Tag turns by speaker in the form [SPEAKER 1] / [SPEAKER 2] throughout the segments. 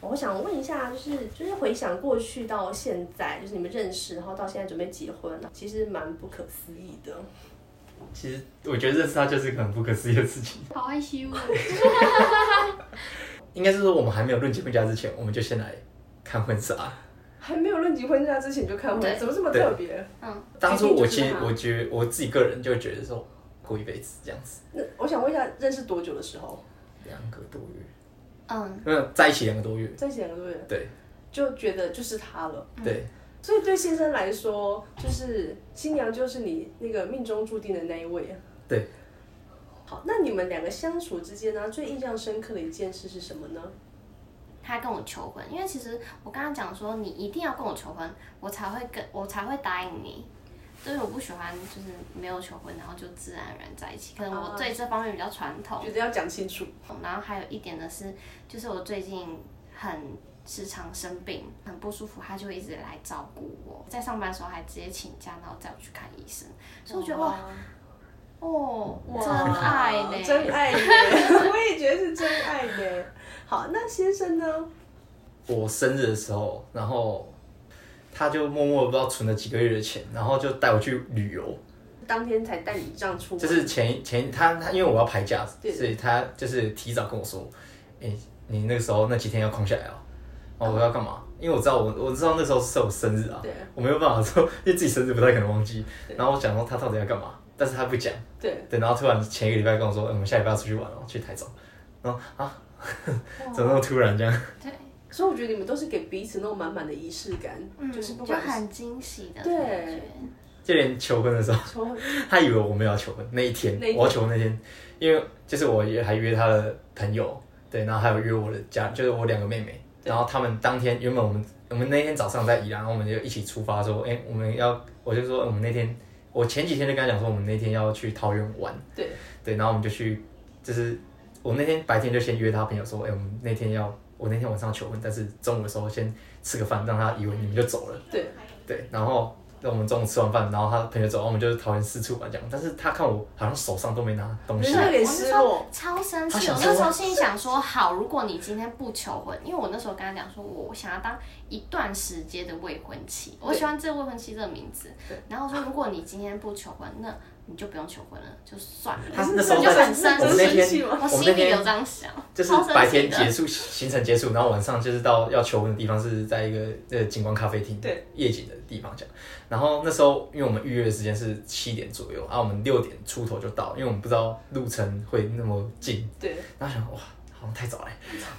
[SPEAKER 1] 我想问一下，就是就是回想过去到现在，就是你们认识，然后到现在准备结婚，其实蛮不可思议的。
[SPEAKER 2] 其实我觉得认识他就是一个很不可思议的事情，
[SPEAKER 3] 好害羞
[SPEAKER 1] 啊
[SPEAKER 3] 哦。
[SPEAKER 2] 应该是说我们还没有论及婚嫁之前，我们就先来看婚纱。
[SPEAKER 1] 还没有论及婚嫁之前就看婚，
[SPEAKER 3] 对
[SPEAKER 1] 怎么这么特别？
[SPEAKER 3] 嗯，
[SPEAKER 2] 当初我其
[SPEAKER 3] 决
[SPEAKER 2] 实
[SPEAKER 3] 定就是他
[SPEAKER 2] 我觉我自己个人就会觉得说过一辈子这样子，
[SPEAKER 1] 那我想问一下，认识多久的时候，
[SPEAKER 2] 两个多月，
[SPEAKER 3] 嗯，
[SPEAKER 2] 没有在一起两个多月，
[SPEAKER 1] 在一起两个多月，
[SPEAKER 2] 嗯对
[SPEAKER 1] 就觉得就是他了。
[SPEAKER 3] 嗯
[SPEAKER 2] 对，
[SPEAKER 1] 所以对先生来说，就是新娘就是你那个命中注定的那一位。啊
[SPEAKER 2] 对。
[SPEAKER 1] 好，那你们两个相处之间呢、最印象深刻的一件事是什么呢？
[SPEAKER 3] 他跟我求婚，因为其实我跟他讲说，你一定要跟我求婚，我才会跟我才会答应你。就是我不喜欢，就是没有求婚，然后就自然而然在一起。可能
[SPEAKER 1] 哦
[SPEAKER 3] 我对这方面比较传统。
[SPEAKER 1] 觉得要讲清楚。
[SPEAKER 3] 然后还有一点呢是，就是我最近很时常生病，很不舒服，他就一直来照顾我。在上班的时候还直接请假，然后载我去看医生。所以我觉得哇，哦，真爱呢，
[SPEAKER 1] 真爱 呢，我也觉得是真爱呢。好，那先生呢？
[SPEAKER 2] 我生日的时候，然后他就默默不知道存了几个月的钱，然后就带我去旅游，
[SPEAKER 1] 当天才带你这样出门，
[SPEAKER 2] 就是前前他他因为我要排假，
[SPEAKER 1] 对
[SPEAKER 2] 所以他就是提早跟我说，哎、你那个时候那几天要空下来哦。哦，我要干嘛？因为我知道我我知道那时候是我生日啊
[SPEAKER 1] 嗯对，
[SPEAKER 2] 我没有办法说， 因为自己生日不太可能忘记。然后我想说他到底要干嘛，但是他不讲。
[SPEAKER 1] 对，
[SPEAKER 2] 对，然后突然前一个礼拜跟我说，欸、我们下礼拜要出去玩哦，去台中。然后啊， 怎么那么突然这样？
[SPEAKER 3] 对，
[SPEAKER 1] 所以我觉得你们都是给彼此那种满满的仪式感，
[SPEAKER 3] 嗯，
[SPEAKER 1] 就是不
[SPEAKER 3] 就
[SPEAKER 1] 管是
[SPEAKER 3] 很惊喜的感
[SPEAKER 1] 对
[SPEAKER 3] 觉。
[SPEAKER 2] 就连求婚的时候，
[SPEAKER 1] 求婚，
[SPEAKER 2] 他以为我没有要求婚那一天，
[SPEAKER 1] 那一天
[SPEAKER 2] 我要求婚那天，因为就是我也还约他的朋友，对，然后还有约我的家，就是我两个妹妹，
[SPEAKER 1] 对
[SPEAKER 2] 然后他们当天原本我们我们那天早上在宜兰，然后我们就一起出发说，哎、我们要，我就说我们那天，我前几天就跟他讲说我们那天要去桃园玩，
[SPEAKER 1] 对
[SPEAKER 2] 对，然后我们就去，就是我那天白天就先约他朋友说，哎、我们那天要，我那天晚上求婚，但是中午的时候先吃个饭，让他以为你们就走了。
[SPEAKER 1] 对，
[SPEAKER 2] 对，然后那我们中午吃完饭，然后他朋友走，然后我们就桃园四处玩这样。但是他看我好像手上都没拿东西
[SPEAKER 1] 就，有
[SPEAKER 3] 对啊
[SPEAKER 1] 点
[SPEAKER 3] 我
[SPEAKER 1] 失
[SPEAKER 3] 那时
[SPEAKER 1] 落
[SPEAKER 3] 候超生
[SPEAKER 2] 他
[SPEAKER 3] 气，
[SPEAKER 2] 想
[SPEAKER 3] 我
[SPEAKER 2] 说
[SPEAKER 3] 那时候心里想说，好，如果你今天不求婚，因为我那时候跟他讲说，我想要当一段时间的未婚妻，我喜欢这未婚妻这个名字
[SPEAKER 1] 对。
[SPEAKER 3] 然后我说，如果你今天不求婚，那你就不用求婚了，就算
[SPEAKER 2] 他
[SPEAKER 3] 了。
[SPEAKER 2] 那时候在
[SPEAKER 3] 就很生
[SPEAKER 2] 我们那
[SPEAKER 3] 气
[SPEAKER 1] 气
[SPEAKER 2] 天
[SPEAKER 1] 吗
[SPEAKER 3] 我
[SPEAKER 2] 我们
[SPEAKER 3] 心
[SPEAKER 2] 那
[SPEAKER 3] 里有
[SPEAKER 2] 天
[SPEAKER 3] 这样想，
[SPEAKER 2] 就是
[SPEAKER 3] 超生
[SPEAKER 2] 白
[SPEAKER 3] 气
[SPEAKER 2] 天结
[SPEAKER 3] 的。
[SPEAKER 2] 束行程结束，然后晚上就是到要求婚的地方是在一个呃景观咖啡厅，
[SPEAKER 1] 对
[SPEAKER 2] 夜景的地方这样。然后那时候因为我们预约的时间是七点左右，啊，我们六点出头就到，因为我们不知道路程会那么近，
[SPEAKER 1] 对，
[SPEAKER 2] 然后想哇，好像太早了，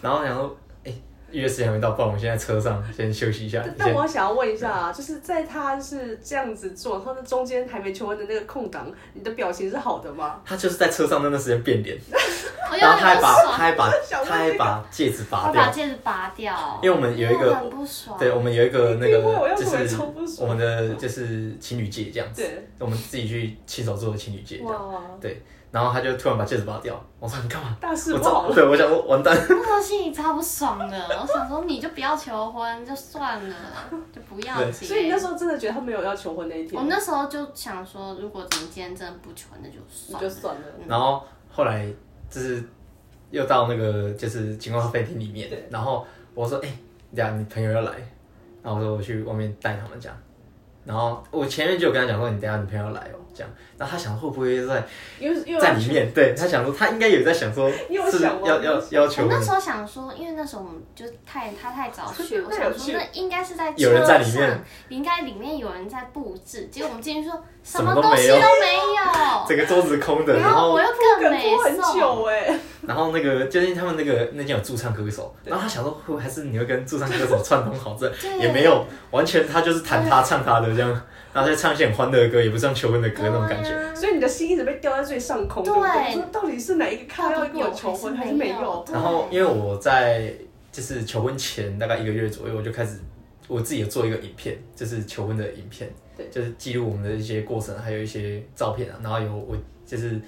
[SPEAKER 2] 然后想说，哎、预约时间还没到，不然我们先在车上先休息一下
[SPEAKER 1] 但，但
[SPEAKER 2] 先
[SPEAKER 1] 我想要问一下啊，就是在他是这样子做，然后在中间还没求婚的那个空档，你的表情是好的吗？
[SPEAKER 2] 他就是在车上那段时间变脸，
[SPEAKER 3] 我有
[SPEAKER 2] 然后他还
[SPEAKER 3] 点不
[SPEAKER 2] 把他
[SPEAKER 3] 爽，
[SPEAKER 2] 还把
[SPEAKER 1] 想
[SPEAKER 2] 他
[SPEAKER 1] 问
[SPEAKER 2] 还
[SPEAKER 1] 这个
[SPEAKER 2] 把戒指拔
[SPEAKER 3] 他把
[SPEAKER 2] 掉，
[SPEAKER 3] 戒指拔掉，
[SPEAKER 2] 因为我们有一
[SPEAKER 3] 我
[SPEAKER 2] 个
[SPEAKER 3] 很不爽。
[SPEAKER 2] 对，我们有一个那
[SPEAKER 1] 你逼我
[SPEAKER 2] 个
[SPEAKER 1] 要
[SPEAKER 2] 就
[SPEAKER 1] 怎么
[SPEAKER 2] 是
[SPEAKER 1] 超不
[SPEAKER 2] 我
[SPEAKER 1] 爽
[SPEAKER 2] 们的就是情侣戒这样子
[SPEAKER 1] 对，
[SPEAKER 2] 我们自己去亲手做的情侣戒这样，
[SPEAKER 1] 哇，
[SPEAKER 2] 对，然后他就突然把戒指拔掉，我说你干嘛？
[SPEAKER 1] 大事
[SPEAKER 2] 我
[SPEAKER 1] 不好
[SPEAKER 2] 早
[SPEAKER 1] 了，
[SPEAKER 2] 对我想说完蛋，
[SPEAKER 3] 那时候心里超不爽的，我想说你就不要求婚，就算了，就不要
[SPEAKER 2] 对
[SPEAKER 3] 结。
[SPEAKER 1] 所以你那时候真的觉得他没有要求婚那一
[SPEAKER 3] 我
[SPEAKER 1] 天，
[SPEAKER 3] 那时候就想说，如果你今天真的不求，那就
[SPEAKER 1] 你
[SPEAKER 3] 算
[SPEAKER 1] 就
[SPEAKER 3] 了。
[SPEAKER 1] 算了，
[SPEAKER 2] 然后后来就是又到那个就是情况咖啡厅里面
[SPEAKER 1] 对，
[SPEAKER 2] 然后我说哎、等一下你朋友要来，然后我说我去外面带他们这样，然后我前面就有跟他讲说你等一下你朋友要来哦这样，然后他想会不会在
[SPEAKER 1] 因为因为
[SPEAKER 2] 在里面，对他想说他应该有在想 说
[SPEAKER 1] 你有
[SPEAKER 2] 是不是
[SPEAKER 1] 想吗
[SPEAKER 2] 要要要
[SPEAKER 3] 我
[SPEAKER 2] 求
[SPEAKER 3] 那时候想说，因为那时候我们就太他太早 去，我想说那应该是在
[SPEAKER 2] 有人
[SPEAKER 3] 车
[SPEAKER 2] 在
[SPEAKER 3] 上，
[SPEAKER 2] 里面
[SPEAKER 3] 应该里面有人在布置。结果我们进去说
[SPEAKER 2] 什
[SPEAKER 3] 什
[SPEAKER 2] 么
[SPEAKER 3] 么
[SPEAKER 2] 都
[SPEAKER 3] 东
[SPEAKER 2] 没
[SPEAKER 3] 西
[SPEAKER 2] 有
[SPEAKER 3] 都没有，
[SPEAKER 2] 整个桌子空的，然
[SPEAKER 3] 然后
[SPEAKER 2] 后
[SPEAKER 3] 我又
[SPEAKER 1] 梗
[SPEAKER 3] 更没
[SPEAKER 1] 拖很
[SPEAKER 3] 送。
[SPEAKER 1] 久哎，
[SPEAKER 2] 然后那个就是他们那个那间有驻唱歌手，然后他想说会不会还是你会跟驻唱歌手串通好这
[SPEAKER 3] 对
[SPEAKER 2] 也没有，完全他就是弹他唱他的这样，然后再唱一些很欢乐的歌，也不是像求婚的歌那种感觉。
[SPEAKER 3] 对啊
[SPEAKER 1] 所以你的心一直被吊在最上空，对不
[SPEAKER 3] 对
[SPEAKER 1] 对？说到底是哪一个咖要跟我求婚，还是没有？
[SPEAKER 3] 对
[SPEAKER 2] 然后因为我在就是求婚前大概一个月左右，我就开始我自己有做一个影片，就是求婚的影片，
[SPEAKER 1] 对
[SPEAKER 2] 就是记录我们的一些过程，还有一些照片啊，然后有我就是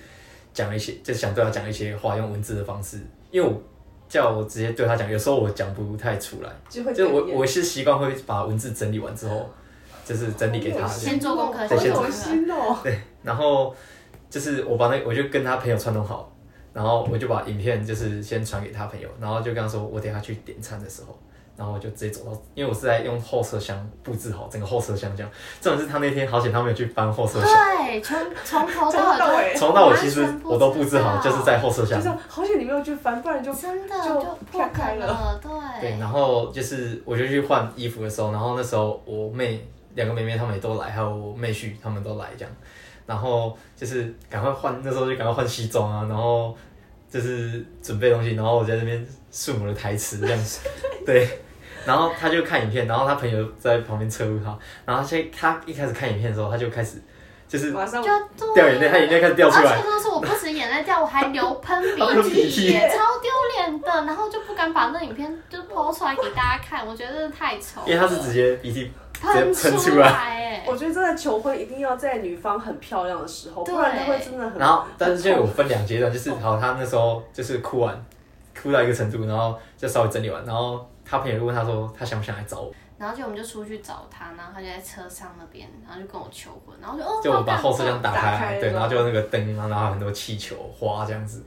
[SPEAKER 2] 讲一些，就想对他讲一些话，用文字的方式，因为我叫我直接对他讲，有时候我讲不太出来，
[SPEAKER 1] 就会
[SPEAKER 2] 就我
[SPEAKER 1] 哽咽
[SPEAKER 2] 我是习惯会把文字整理完之后，就是整理给
[SPEAKER 1] 哦
[SPEAKER 2] 他，
[SPEAKER 3] 先做功课
[SPEAKER 1] 好
[SPEAKER 2] 先做
[SPEAKER 1] 有
[SPEAKER 2] 功
[SPEAKER 3] 课
[SPEAKER 1] 心哦。
[SPEAKER 2] 对，然后就是我把那我就跟他朋友串通好，然后我就把影片就是先传给他朋友，然后就跟他说我等一下去点餐的时候，然后我就直接走到，因为我是在用后车厢布置好整个后车厢这样。重点是他那天好险他没有去翻后车厢，
[SPEAKER 3] 对，从从头
[SPEAKER 1] 从头
[SPEAKER 2] 哦
[SPEAKER 1] 到
[SPEAKER 3] 到
[SPEAKER 1] 尾
[SPEAKER 3] 尾，
[SPEAKER 2] 从头到尾其实我都布置好，就是在后车厢
[SPEAKER 1] 就是。好险你没有去翻，不然就
[SPEAKER 3] 真的
[SPEAKER 1] 就
[SPEAKER 3] 就
[SPEAKER 1] 啪
[SPEAKER 3] 破
[SPEAKER 1] 开
[SPEAKER 3] 梗
[SPEAKER 1] 了
[SPEAKER 3] 了，
[SPEAKER 2] 对，
[SPEAKER 3] 对，
[SPEAKER 2] 然后就是我就去换衣服的时候，然后那时候我妹两个妹妹她们也都来，还有我妹婿她们都来这样，然后就是赶快换，那时候就赶快换西装啊，然后就是准备东西，然后我在那边顺我的台词这样子，对。然后他就看影片，然后他朋友在旁边侧录他，然后他现他一开始看影片的时候，他就开始就是
[SPEAKER 1] 马上
[SPEAKER 3] 就对
[SPEAKER 2] 掉眼泪，他眼泪开始掉出
[SPEAKER 3] 而
[SPEAKER 2] 来
[SPEAKER 3] 且，当时我不止眼泪掉，我还流喷
[SPEAKER 2] 流
[SPEAKER 3] 鼻
[SPEAKER 2] 鼻涕
[SPEAKER 3] 涕耶，超丢脸的。然后就不敢把那影片就抛出来给大家看，我觉得真的太丑了。
[SPEAKER 2] 因为他是直接鼻涕
[SPEAKER 3] 喷
[SPEAKER 2] 直接喷出
[SPEAKER 3] 出
[SPEAKER 2] 来
[SPEAKER 3] 来，哎，
[SPEAKER 1] 我觉得真的求婚一定要在女方很漂亮的时候，
[SPEAKER 3] 对
[SPEAKER 1] 不然她会真的很。
[SPEAKER 2] 然后，但是就有
[SPEAKER 1] 很痛
[SPEAKER 2] 分两阶段，就是好，他那时候就是哭完，哭到一个程度，然后就稍微整理完，然后他朋友就问他说，他想不想来找我？
[SPEAKER 3] 然后就我们就出去找他，然后他就在车上那边，然后就跟我求婚，然后就哦，
[SPEAKER 2] 就我
[SPEAKER 3] 好
[SPEAKER 2] 把
[SPEAKER 3] 感
[SPEAKER 2] 后车厢
[SPEAKER 3] 动
[SPEAKER 2] 打
[SPEAKER 1] 打开
[SPEAKER 2] 开，对，
[SPEAKER 1] 了
[SPEAKER 2] 然后就那个灯，然后还有很多气球、花这样子，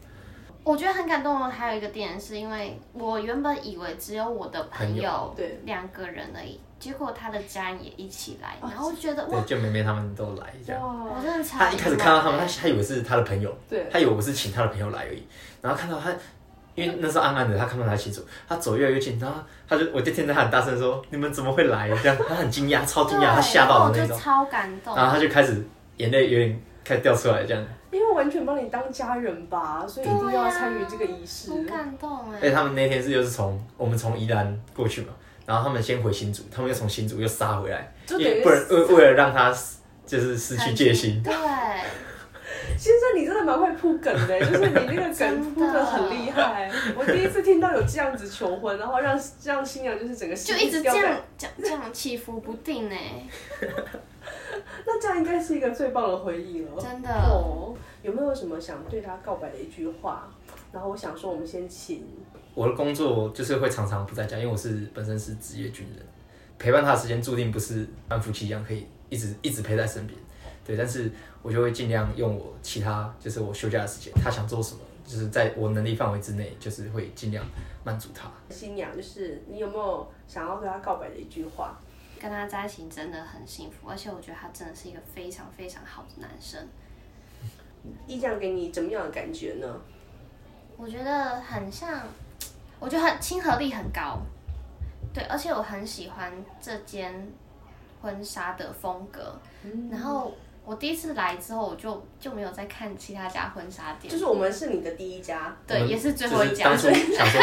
[SPEAKER 3] 我觉得很感动的还有一个点，是因为我原本以为只有我的朋
[SPEAKER 2] 朋
[SPEAKER 3] 友
[SPEAKER 1] 对
[SPEAKER 3] 两个人而已，结果他的家人也一起来，
[SPEAKER 1] 哦
[SPEAKER 3] 然后我觉得哇
[SPEAKER 2] 对，，就妹妹他们都来这样。
[SPEAKER 3] 我
[SPEAKER 1] 哇，
[SPEAKER 3] 真的超
[SPEAKER 2] 他一开始看到他们，他
[SPEAKER 3] 意
[SPEAKER 2] 他以
[SPEAKER 3] 外的
[SPEAKER 2] 为是他的朋友，
[SPEAKER 1] 对，
[SPEAKER 2] 他以为我是请他的朋友来而已，然后看到他。因为那时候暗暗的，他看不太清楚，他走越来越近，然后他就，我就听到他很大声说：“你们怎么会来？”这样，他很惊讶，超惊
[SPEAKER 3] 对
[SPEAKER 2] 讶，他吓到的那
[SPEAKER 3] 然后
[SPEAKER 2] 种
[SPEAKER 3] 我就，超感
[SPEAKER 1] 哦
[SPEAKER 3] 动，
[SPEAKER 2] 然后他就开始眼泪有点开始掉出来，这样。
[SPEAKER 1] 因为完全把你当家人吧，所以一定要参与这个仪式。
[SPEAKER 3] 很感动哎、
[SPEAKER 2] 而且他们那天是又是从我们从宜兰过去嘛，然后他们先回新竹，他们又从新竹又杀回来，
[SPEAKER 1] 就
[SPEAKER 2] 因
[SPEAKER 1] 等于
[SPEAKER 2] 为不然为为了让他就是失去戒心，
[SPEAKER 3] 对，
[SPEAKER 1] 先生，你真的蛮会铺梗 的，就是你那个梗
[SPEAKER 3] 真的
[SPEAKER 1] 铺的很厉害。我第一次听到有这样子求婚，然后让让新娘就是整个
[SPEAKER 3] 就
[SPEAKER 1] 心
[SPEAKER 3] 一直
[SPEAKER 1] 掉
[SPEAKER 3] 这
[SPEAKER 1] 在
[SPEAKER 3] 样讲，这样起伏不定哎、
[SPEAKER 1] 那这样应该是一个最棒的回忆了。
[SPEAKER 3] 真的
[SPEAKER 1] 哦，有没有什么想对他告白的一句话？然后我想说，我们先请
[SPEAKER 2] 我的工作就是会常常不在家，因为我是本身是职业军人，陪伴他的时间注定不是像夫妻一样可以一直一直陪在身边。对，但是我就会尽量用我其他就是我休假的时间，他想做什么，就是在我能力范围之内，就是会尽量满足他。
[SPEAKER 1] 新娘，就是你有没有想要对他告白的一句话？
[SPEAKER 3] 跟他在一起真的很幸福，而且我觉得他真的是一个非常非常好的男生。
[SPEAKER 1] 意匠给你怎么样的感觉呢？
[SPEAKER 3] 我觉得很像，我觉得很亲和力很高，对，而且我很喜欢这间婚纱的风格。然后我第一次来之后，我就就没有再看其他家婚纱店，
[SPEAKER 1] 就是我们是你的第一家，
[SPEAKER 3] 对
[SPEAKER 2] 我们
[SPEAKER 3] 也是最后一家
[SPEAKER 2] 就是当初想说，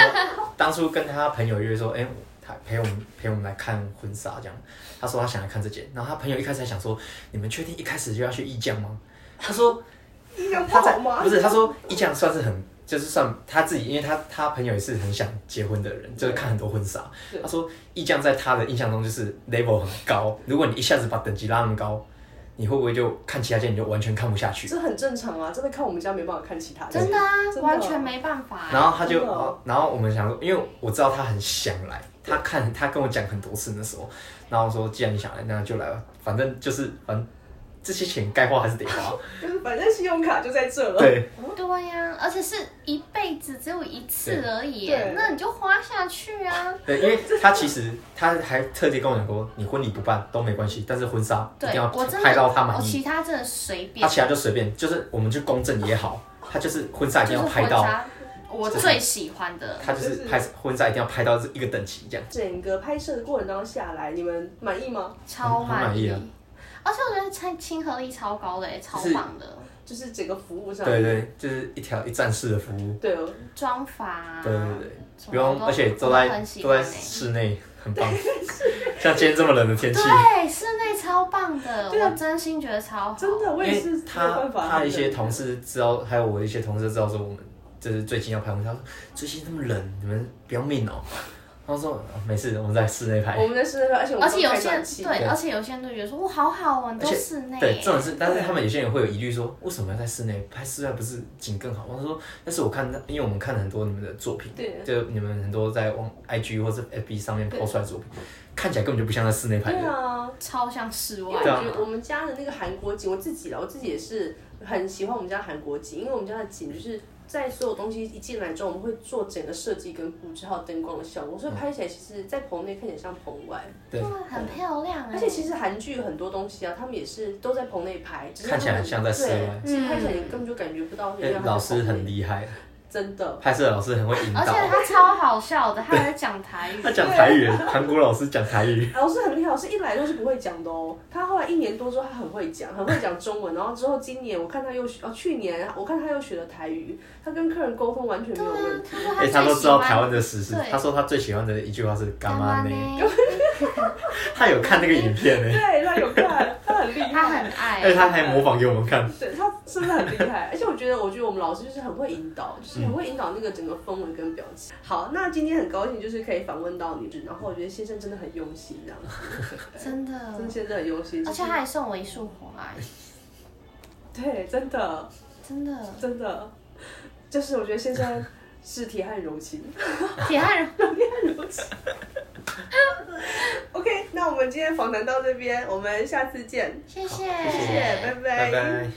[SPEAKER 2] 当初跟他朋友约说，哎、他陪我们陪我们来看婚纱这样。他说他想来看这件，然后他朋友一开始还想说，你们确定一开始就要去意匠吗？他说
[SPEAKER 1] 意匠不
[SPEAKER 2] 他在
[SPEAKER 1] 好吗？
[SPEAKER 2] 不是，他说意匠算是很。就是算他自己，因为他他朋友也是很想结婚的人，就是看很多婚纱
[SPEAKER 1] 对。
[SPEAKER 2] 他说意匠在他的印象中就是 level 很高，如果你一下子把等级拉那么高，你会不会就看其他件你就完全看不下去？
[SPEAKER 1] 这很正常啊，真的看我们家没办法看其他的，
[SPEAKER 3] 真的啊，
[SPEAKER 1] 真的
[SPEAKER 3] 完全没办法、欸
[SPEAKER 2] 然后他就
[SPEAKER 1] 真的哦，
[SPEAKER 2] 然后我们想说，因为我知道他很想来，他看他跟我讲很多次那时候，然后我说既然你想来，那就来吧，反正就是反正这些钱该花还是得 花，
[SPEAKER 1] 就是反正信用卡就在这了。
[SPEAKER 2] 对，
[SPEAKER 3] 对呀、而且是一辈子只有一次而已
[SPEAKER 1] 对，
[SPEAKER 3] 那你就花下去啊。
[SPEAKER 2] 对，因为他其实他还特地跟我讲过，你婚礼不办都没关系，但是婚纱一定
[SPEAKER 3] 对，
[SPEAKER 2] 要
[SPEAKER 3] 我真的
[SPEAKER 2] 拍到他满
[SPEAKER 3] 我
[SPEAKER 2] 意，
[SPEAKER 3] 其他真的随
[SPEAKER 2] 他
[SPEAKER 3] 便，
[SPEAKER 2] 其他就随便，就是我们去公证也好，他就是婚纱一
[SPEAKER 3] 就
[SPEAKER 2] 定
[SPEAKER 3] 是
[SPEAKER 2] 要
[SPEAKER 3] 婚
[SPEAKER 2] 拍到，
[SPEAKER 3] 纱我最喜欢的。
[SPEAKER 2] 他就是拍婚纱一定要拍到一个等级这样，
[SPEAKER 1] 整个拍摄的过程当中下来，你们满意吗？
[SPEAKER 3] 超满意
[SPEAKER 2] 很满
[SPEAKER 3] 而且我觉得亲亲和力超高的、欸，超棒的
[SPEAKER 1] 就是整个服务上，
[SPEAKER 2] 对对，就是一条一站式的服务，
[SPEAKER 1] 对哦，
[SPEAKER 3] 妆法、啊，
[SPEAKER 2] 对对对。
[SPEAKER 3] 什么
[SPEAKER 2] 不用，
[SPEAKER 3] 都
[SPEAKER 2] 而且都
[SPEAKER 3] 我
[SPEAKER 2] 在
[SPEAKER 3] 很喜
[SPEAKER 2] 都
[SPEAKER 3] 欢
[SPEAKER 2] 在
[SPEAKER 3] 欸
[SPEAKER 2] 室内，很棒。 像今天这么冷的天气，
[SPEAKER 1] 啊
[SPEAKER 3] 对，室内超棒的，
[SPEAKER 1] 对啊
[SPEAKER 3] 我真心觉得超好。
[SPEAKER 1] 真的我
[SPEAKER 2] 因
[SPEAKER 1] 也
[SPEAKER 2] 为
[SPEAKER 1] 是没有
[SPEAKER 2] 他
[SPEAKER 1] 办法。
[SPEAKER 2] 他的一些同事知道，还有我的一些同事知道说我们就是最近要拍婚，他说最近那么冷，你们不要命哦。他说、啊没事，我们在室内
[SPEAKER 1] 我
[SPEAKER 2] 拍。
[SPEAKER 1] 们在室内拍，而且我
[SPEAKER 3] 而
[SPEAKER 1] 们都
[SPEAKER 3] 且有
[SPEAKER 1] 开
[SPEAKER 3] 些
[SPEAKER 1] 暖
[SPEAKER 3] 人
[SPEAKER 1] 气，
[SPEAKER 3] 对，而且有些人都觉得说哇，好好哦，你都
[SPEAKER 2] 而且
[SPEAKER 3] 室内欸，
[SPEAKER 2] 对，这种是，但是
[SPEAKER 1] 对
[SPEAKER 2] 他们有些人会有疑虑说，为什么要在室内拍？室外不是景更好吗？我说，但是我看，因为我们看了很多你们的作品，
[SPEAKER 1] 对
[SPEAKER 2] 就你们很多在往 IG 或者 FB 上面抛出来的作品，看起来根本就不像在室内拍
[SPEAKER 1] 对
[SPEAKER 2] 的。
[SPEAKER 1] 啊，
[SPEAKER 3] 哦超像室
[SPEAKER 1] 因为
[SPEAKER 3] 外
[SPEAKER 1] 我
[SPEAKER 2] 对
[SPEAKER 3] 的。
[SPEAKER 2] 啊
[SPEAKER 1] 觉得我们家的那个韩国景，我自己啦，我自己也是很喜欢我们家的韩国景，因为我们家的景就是在所有东西一进来之后，我们会做整个设计跟布置，还有灯光的效果，所
[SPEAKER 2] 嗯
[SPEAKER 1] 以拍起来其实，在棚内看起来像棚外。
[SPEAKER 2] 对，
[SPEAKER 3] 哇，很漂亮哎、
[SPEAKER 1] 而且其实韩剧有很多东西啊，他们也是都在棚内拍，只是他们
[SPEAKER 2] 看起来很像在室
[SPEAKER 1] 对
[SPEAKER 2] 外
[SPEAKER 1] 其实看起
[SPEAKER 3] 嗯
[SPEAKER 1] 来你根本就感觉不到。
[SPEAKER 2] 哎老师很厉害，
[SPEAKER 1] 真的，
[SPEAKER 2] 拍摄老师很会引
[SPEAKER 3] 而且
[SPEAKER 2] 导。
[SPEAKER 3] 他超好笑的，他还在讲台语，
[SPEAKER 2] 他讲台语，韩国老师讲台语，
[SPEAKER 1] 老师很厉害，老师一来都是不会讲的哦。他后来一年多之后，他很会讲，很会讲中文。然后之后今年我看他又学，哦，去年我看他又学了台语，他跟客人沟通完全没有
[SPEAKER 3] 对
[SPEAKER 1] 问
[SPEAKER 3] 啊
[SPEAKER 1] 题。，
[SPEAKER 3] 他说
[SPEAKER 2] 哎、
[SPEAKER 3] 最喜
[SPEAKER 2] 他
[SPEAKER 3] 欢
[SPEAKER 2] 都知道台湾的时事
[SPEAKER 3] 对。
[SPEAKER 2] 他说他最喜欢的一句话是“ 干妈呢
[SPEAKER 3] 干嘛”，
[SPEAKER 2] 他有看那个影片呢，
[SPEAKER 1] 对，他有看，他很厉害，
[SPEAKER 3] 他很爱，啊
[SPEAKER 2] 而哎且他还模仿给我们看。
[SPEAKER 1] 对他真的很厉害，而且我觉得，我觉得我们老师就是很会引导，就是
[SPEAKER 3] 嗯
[SPEAKER 1] 很会引导那个整个氛围跟表情。好，那今天很高兴就是可以访问到你，然后我觉得先生真的很用心这样子，
[SPEAKER 3] 真的，
[SPEAKER 1] 真的先生很用心，
[SPEAKER 3] 而
[SPEAKER 1] 就
[SPEAKER 3] 且
[SPEAKER 1] 是
[SPEAKER 3] 他还送我一束花、哎
[SPEAKER 1] 对，真的
[SPEAKER 3] 真的，
[SPEAKER 1] 真的，就是我觉得先生是铁汉柔情。
[SPEAKER 3] 铁汉人
[SPEAKER 1] OK，那我们今天访谈到这边，我们下次见，
[SPEAKER 3] 谢谢，
[SPEAKER 2] 谢
[SPEAKER 1] 谢谢，拜
[SPEAKER 2] 拜拜。